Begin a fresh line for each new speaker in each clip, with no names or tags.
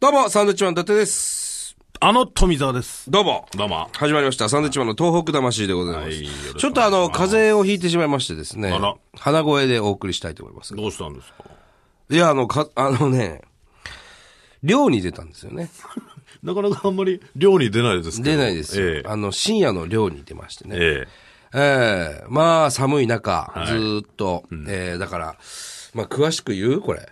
どうも、サンドウィッチマン伊達です。
あの富澤です。
どうも。
どうも。
始まりました。サンドウィッチマンの東北魂でございます。
はいよろしくお願いします
ちょっとあの、風邪をひいてしまいましてですね
あら。
鼻声でお送りしたいと思います。
どうしたんですか
いや、あの、か、あのね、寮に出たんですよね。
なかなかあんまり寮に出ないですけど。
出ないですよ。
ええ
あの、深夜の寮に出ましてね。
ええ
ええまあ、寒い中、ずーっと、ええだから、まあ、詳しく言うこれ。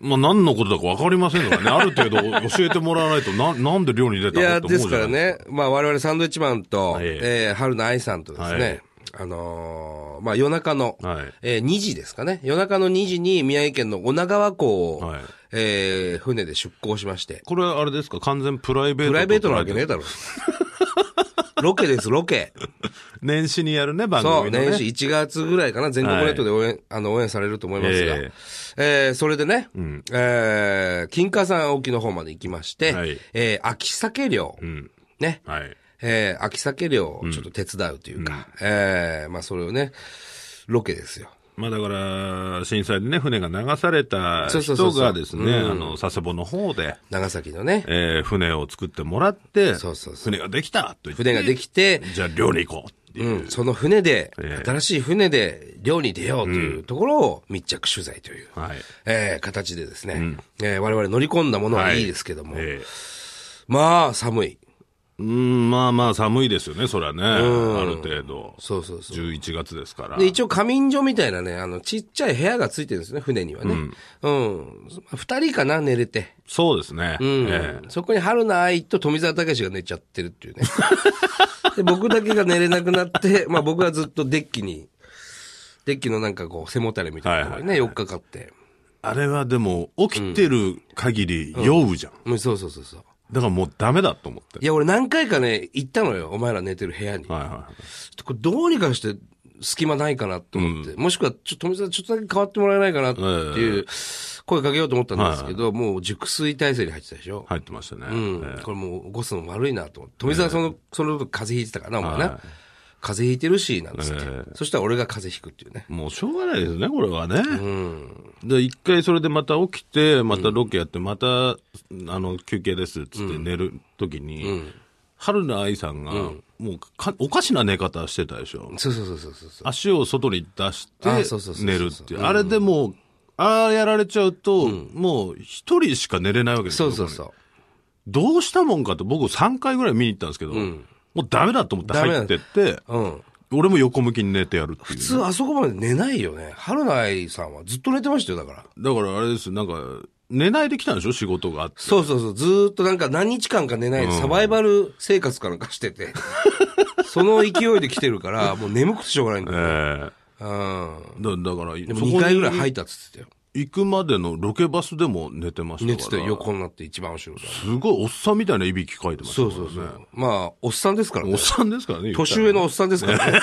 まあ何のことだかわかりません からね。ある程度教えてもらわないと、な、なんで寮に出
い
たの
や、
って思う
で
じ
す
ゃ
か
な
ら
いです
ね、まあ我々サンドウィッチマンと、
はい
えー春菜愛さんとですね、
はい
あのーまあ夜中の、
はい
えー2時ですかね、夜中の2時に宮城県の女川港を、
はい
えー船で出港しまして、
これあれですか完全プライベ
プ
ートと
ライベートなわけねえ だろ。ロケです、ロケ。
年始にやるね、番
そう、
組のね。
年始1月ぐらいかな、全国ネットで応援、あの、応援されると思いますが、え
え
ーそれでね、えー金華山沖の方まで行きまして、
はい
えー秋鮭漁、
ん
ね、
はい。
えー、秋鮭漁をちょっと手伝うというか、えーまあそれをね、ロケですよ。
まあだから、震災でね、船が流された
そうそうそう
人
そう
がですね、あの、佐世保の方で、
長崎のね、
えー船を作ってもらって、
そうそうそう
船ができたと言って。
船ができて、
じゃあ寮に行こうっていう。
うん、その船で、
ええ
新しい船で漁に出ようというところを密着取材という、
はい。
えー形でですね、えー我々乗り込んだものはいいですけども、
ええ
まあ寒い。
うん、まあまあ寒いですよね、それはね。ある程度。
そうそうそう。
11月ですから。
で、一応、仮眠所みたいなね、あの、ちっちゃい部屋がついてるんですね、船にはね。うん。二、人かな、寝れて。
そうですね。
うん
ええ
そこに春菜愛と富澤武が寝ちゃってるって いうね。で僕だけが寝れなくなって、まあ僕はずっとデッキに、デッキのなんかこう背もたれみたいなところにね、4日かかって。
あれはでも、起きてる限り酔うじゃん。
うんそうそうそうそう。
だからもうダメだと思って
い。や、俺何回かね、行ったのよ。お前ら寝てる部屋に。
はいは
これどうにかして隙間ないかなと思って。もしくは、ちょっと富澤ちょっとだけ変わってもらえないかなっていう声かけようと思ったんですけど、もう熟睡体制に入ってたでしょ
い。。入ってましたね。
うん
ええ
これもう起こすの悪いなと思って。富澤その、その時風邪ひいてたからな、お前な。
はい
風邪ひいてるし、なんつって、
ええ
そしたら俺が風邪ひくっていうね。
もうしょうがないですね、これはね。で、一回それでまた起きて、またロケやって、また、あの、休憩です、つって寝るときに、春菜愛さんが、もうか、おかしな寝方してたでしょ。
そうそうそうそうそうそう。
足を外に出し
あそうそうそうそうそ
て
う
寝るっていう。あれでもう、ああやられちゃうと、もう一人しか寝れないわけです
そ
よ。
うそう
こ
そう。
こにどうしたもんかと僕3回ぐらい見に行ったんですけど、もうダメだと思って
ダメだ
入ってって、
うん。
俺も横向きに寝てやるって
普
いう。
通あそこまで寝ないよね。春菜愛さんはずっと寝てましたよ、だから。
だからあれです、なんか、寝ないできたんでしょ仕事があって。
そうそうそう。ずーっとなんか何日間か寝ないでサバイバル生活かなんかしてて。 その勢いで来てるから、もう眠くてしょうがないんだ
ええ
よ。うん。
だだから、
でも
そこに
2回ぐらい吐いたっつってたよ。
行くまでのロケバスでも寝てましたから。
寝てたよ、横になって一番後ろで。
すごいおっさんみたいないびきかいてました
そ
か
う
らね。
そうそう。まあ、おっさんですからね
おっ。さんですからね。言ったら
年上のおっさんですから ね。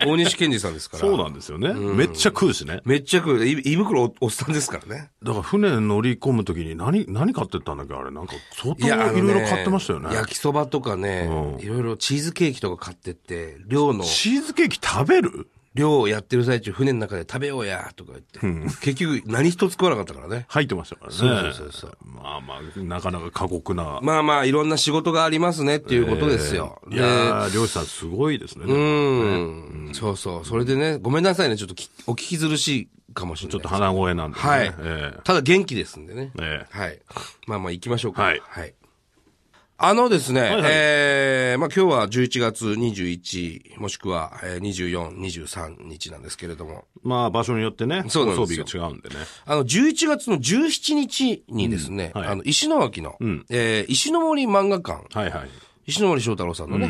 大西健二さんですから。
そうなんですよね。めっちゃ食うしね。
めっちゃ食う。い胃袋おおっさんですからね。
だから船乗り込むときに何、何買ってったんだっけあれ、なんか相当い
あのね
ろいろ買ってましたよね。
焼きそばとかね、いろいろチーズケーキとか買ってって、漁の、
チーズケーキ食べる
漁をやってる最中船の中で食べようや、とか言って。結局何一つ食わなかったからね。
入ってましたからね。
そうそうそう
まあまあ、なかなか過酷な。
まあまあ、いろんな仕事がありますねっていうことですよ。
いやー、漁師さんすごいですね。
う
ち
ん、そうそう。それでね、ごめんなさいね。ちょっときお聞きずるしいかもしれない。ち
ょっと鼻声なんで、ね。
はい、
ええ
ただ元気ですんでね。
ええ
はい。まあまあ行きましょうか。
はい
あのですね、
はい
えーまあ今日は11月21、もしくはえー24、23日なんですけれども、
まあ場所によってね、
そうなん
装
です
備
よ
が違うんでね。
あの11月の17日にですね、
うんはい
あの石巻の、えー石の森漫画館、
はいはい。
石の森章太郎さんのね、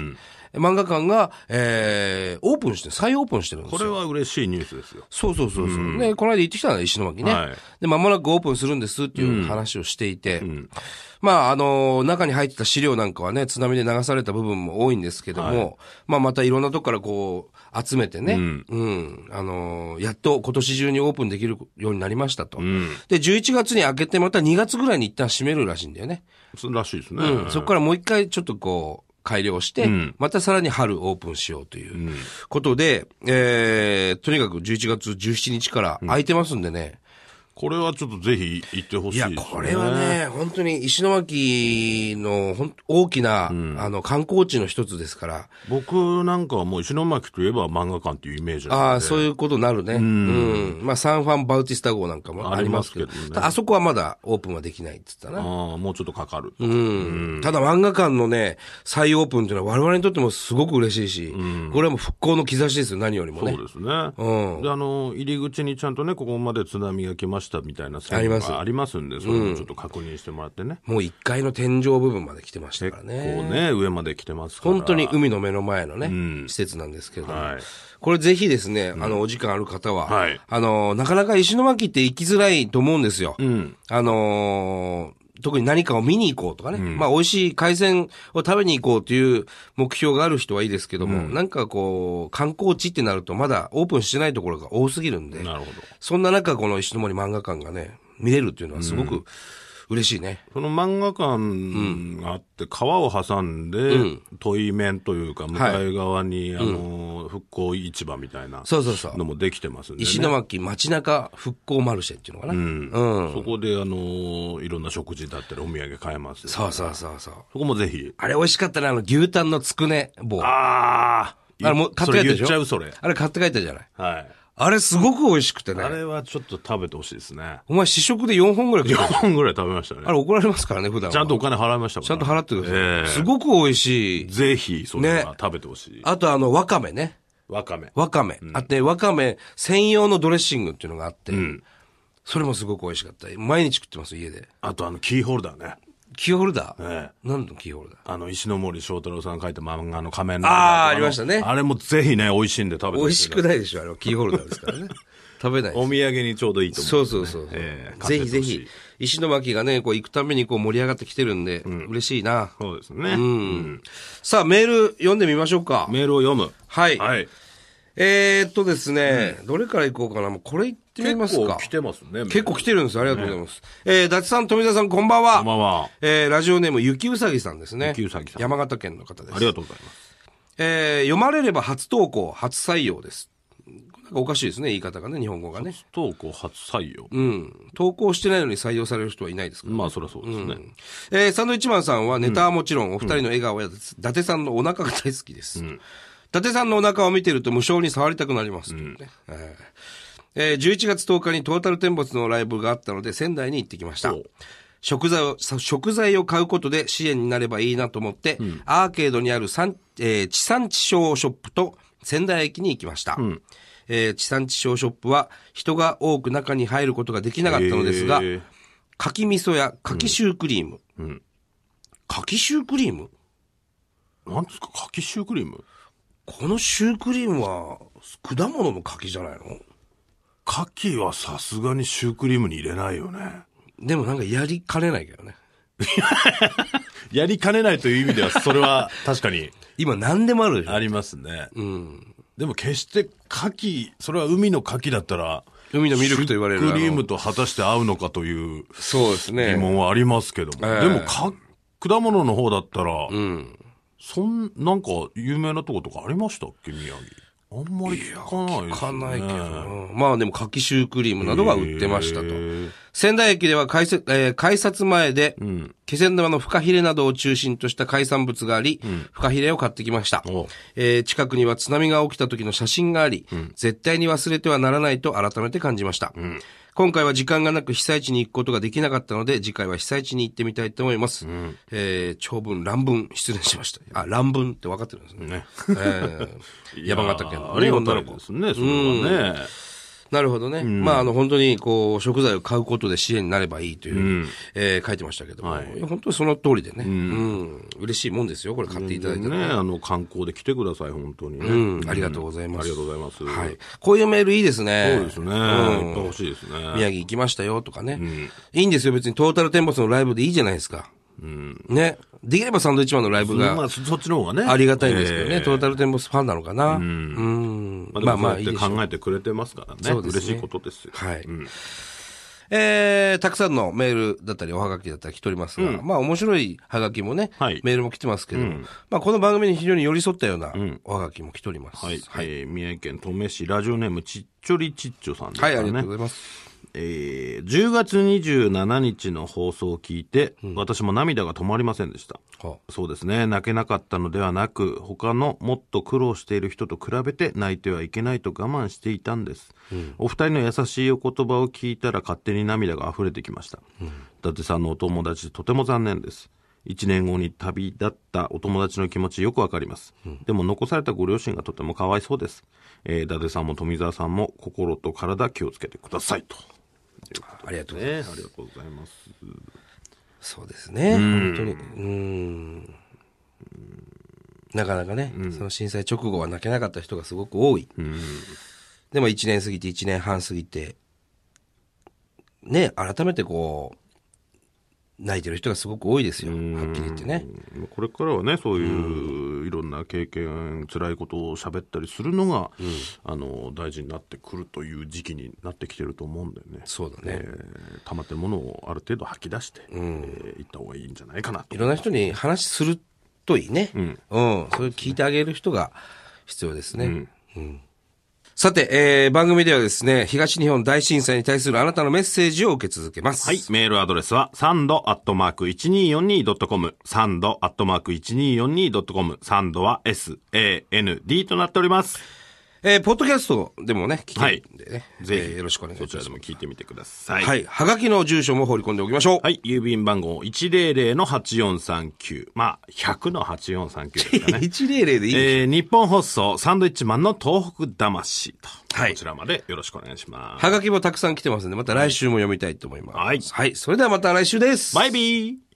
漫画館が、えーオープンして、再オープンしてるんですよ
これは嬉しいニュースですよ。
そうそうそうそう、ね、この間行ってきたの、石巻ね、
はい
で、間もなくオープンするんですっていう話をしていて、まあ、あのー中に入ってた資料なんかはね、津波で流された部分も多いんですけども、まあ、またいろんなとこからこう、集めてね、うん、あのーやっと今年中にオープンできるようになりましたと。で、11月に開けて、また2月ぐらいに一旦閉めるらしいんだよね。
そうらしいですね。
うん、そこからもう一回ちょっとこう、改良して、またさらに春オープンしようということで、えー、とにかく11月17日から空いてますんでね、
これはちょっとぜひ行ってほし
い
いです
や、
ね。
これはね、本当に石巻のほん大きな、あの観光地の一つですから、
僕なんかはもう石巻といえば漫画館っていうイメージなんで
ああ、そういうことになるね。うん。まあ、サンファン・バウティスタ号なんかもありますけど、
ありますけどね
ただあそこはまだオープンはできないって言ったな。
ああもうちょっとかかる。
うん。ただ漫画館のね、再オープンっていうのは我々にとってもすごく嬉しいし、これはもう復興の兆しですよ、何よりも
そ
ね。
うですね。で、あ
うん
の、入り口にちゃんとね、ここまで津波が来ましたみたいな
あります
ありますんで、それもちょっと確認してもらってね。
もう1階の天井部分まで来てましたからね。
こうね、上まで来てますから。
本当に海の目の前のね、施設なんですけれども、
はい
これぜひですね、あの、お時間ある方は、
はい
あの、なかなか石巻って行きづらいと思うんですよ。あのー特に何かを見に行こうとかね、まあ美味しい海鮮を食べに行こうという目標がある人はいいですけども、なんかこう、観光地ってなるとまだオープンしてないところが多すぎるんで、
なるほど。
そんな中この石森漫画館がね、見れるっていうのはすごく嬉しいね。
その漫画館があって、川を挟んで、問い面というか、向かい側に、あの、復興市場みたいな
そうそうそう。
のもできてますんで、ね。
石巻街中復興マルシェっていうのかな。うん
そこで、あの、いろんな食事だったり、お土産買えます、ね。
そうそうそうそう。
そこもぜひ。
あれ美味しかったね、あの牛タンのつくね棒。あ
ああ
れもう買って
それ
帰ったで
言
し
っ
ょ
ちゃう、それ。
れ買って帰ったじゃない。
はい。
あれすごく美味しくて
あ
ね。
れはちょっと食べてほしいですね。
お前試食で4本ぐらい食
4
った
本ぐらい食べました
あ
ね。
れ怒られますからね、普段は。
ちゃんと。お金払いましたもん、ね、
ちゃんと払ってくだ
え
さ
え
い。すごく美味しい。
ぜひ、それ
ね
は食べてほしい。
あとあの、わかめね。
わかめ。
わかめ。あって、わかめ専用のドレッシングっていうのがあって。それもすごく美味しかった。毎日食ってます、家で。
あと、あの、キーホルダーね。
キーホルダー
ええ
何のキーホルダー
あの、石ノ森章太郎さんが書いた漫画の仮面ライダーとかの
あーありましたね
あれもぜひね、美味しいんで食べて
美
ほ
味
し
し
い。
くないでしょ、あれはキーホルダーですからね。 食べないです
お土産にちょうどいいと思う。
そうそうそうそう、
ええ
ぜひぜひ。、石巻がね、こう行くためにこう盛り上がってきてるんで、嬉しいな。
買ってほしいそうですね、うん
さあ、メール読んでみましょうか。
メールを読む。
はい。
はい。
えー、っとですね、どれから行こうかな。もうこれ行ってみます
結構
か。
来てますね。
結構来てるんです。ありがとうございます。えー、伊達さん、富田さん、こんばんは。
こんばんは
えー、ラジオネーム、ゆきうさぎさんですね。
ゆきうさぎさん
山形県の方です。
ありがとうございます。
えー、読まれれば初投稿、初採用です。なんかおかしいですね、言い方がね、日本語がね。
不登校初採用。
うん。投稿してないのに採用される人はいないですから
まあ、そりゃそうですね。
えーサンドイッチマンさんはネタはもちろん、お二人の笑顔や、伊達さんのお腹が大好きです。伊達さんのお腹を見てると無性に触りたくなります、ねえーえー11月10日にトータルテンボスのライブがあったので仙台に行ってきました
お。
食材を、さ食材を買うことで支援になればいいなと思って、アーケードにある産、えー地産地消ショップと仙台駅に行きました。えー地産地消ショップは人が多く中に入ることができなかったのですが、
えー
かき味噌やかきシュークリーム。かきシュークリーム
なんですか柿シュークリーム
このシュークリームは果物の柿じゃないの
柿はさすがにシュークリームに入れないよね。
でもなんかやりかねないけどね。
やりかねないという意味では、そ れは確かに
今何でもあるでしょ
ありますね。でも決して柿、それは海の柿だったら、
海のミルクと言われる
シュークリームと果たして合うのかという
そうです
疑問はありますけども。
ええ
でもか、果物の方だったら、そん、なんか有名なとことかありましたっけ宮城。あんまり聞かないです、ね。
わかんないけどな。まあでも柿シュークリームなどが売ってましたと。仙台駅では改札,、えー改札前で、気仙沼のフカヒレなどを中心とした海産物があり、フカヒレを買ってきました
お。
えー近くには津波が起きた時の写真があり、絶対に忘れてはならないと改めて感じました。今回は時間がなく被災地に行くことができなかったので、次回は被災地に行ってみたいと思います。えー長文、乱文、失礼しました。あ、乱文って分かってるんですね。
ね。
えー 山形県の
あり
ね
が
女
た
の
い
子
で。すね、それはね。
なるほどね。まあ、あの、本当に、こう、食材を買うことで支援になればいいというふうに、えー書いてましたけども、
はい
いや本当にその通りでね、うん、嬉しいもんですよ、これ買っていただいたら。
ね、あの観光で来てください、本当にね。
うんありがとうございます
ありがとうございます。
はい。こういうメールいいですね。
そうですね。いっぱい欲しいですね。
宮城行きましたよとかね。いいんですよ、別にトータルテンボスのライブでいいじゃないですか。ね。できればサンドイッチマンのライブ
ま
が
あ、そそっちの方がね。
ありがたいんですけどね、
ええ
トータルテンボスファンなのかな。うん。
ま
ま
あ、
あ
ま
ま
あ、
あ、いいでしょう。
考えてくれてますからね。
そうですね
嬉しいことですよ。
はい。えー、たくさんのメールだったり、おはがきだったり来ておりますが、まあ面白いはがきもね、
はい
メールも来てますけど、まあこの番組に非常に寄り添ったようなおはがきも来ております。
はい。えー宮城県登米市ラジオネームちっちちょりちっちょさんですか
は
ね。
い、ありがとうございます。
えー10月27日の放送を聞いて、私も涙が止まりませんでした。
は
そうですね。泣けなかったのではなく、他のもっと苦労している人と比べて泣いてはいけないと我慢していたんです。お二人の優しいお言葉を聞いたら勝手に涙が溢れてきました。伊達さんのお友達とても残念です。一年後に旅立ったお友達の気持ちよくわかります。でも残されたご両親がとてもかわいそうです。えー、伊達さんも富澤さんも心と体気をつけてくださいと。
ありがとうござい
ね、ありがとうございます。
ます。そうですね。本当に。うん。なかなかね、その震災直後は泣けなかった人がすごく多い。でも1年過ぎて1年半過ぎて、ね、改めてこう、泣いてる人がすごく多いですよ。はっきり言ってね。
うんこれからはね、そういういろんな経験、辛いことを喋ったりするのが、あの大事になってくるという時期になってきてると思うんだよね。
そうだ
え
ね。
ー溜まってるものをある程度吐き出して、えーいった方がいいんじゃないかなと。
いろんな人に話するといいね。うん。それ聞いてあげる人が必要ですね。うん。さて、えー、番組ではですね、東日本大震災に対するあなたのメッセージを受け続けます。
はい。。メールアドレスは、サンドアットマーク 1242.com。サンドアットマーク 1242.com。サンドは SAND となっております。
えー、ポッドキャストでもね、聞けるんでね。
ぜ
え
ひ、
ーよろしくお願いします。
そちらでも聞いてみてください。
はい。はがきの住所も放り込んでおきましょう。
はい、郵便番号100-8439。まあ、100の8439ですかね。
100でいい、
えー、日本放送、サンドイッチマンの東北魂と。
はい
こちらまでよろしくお願いします。
はがきもたくさん来てますんで、また来週も読みたいと思います。
はい
はい。それではまた来週です。
バイビー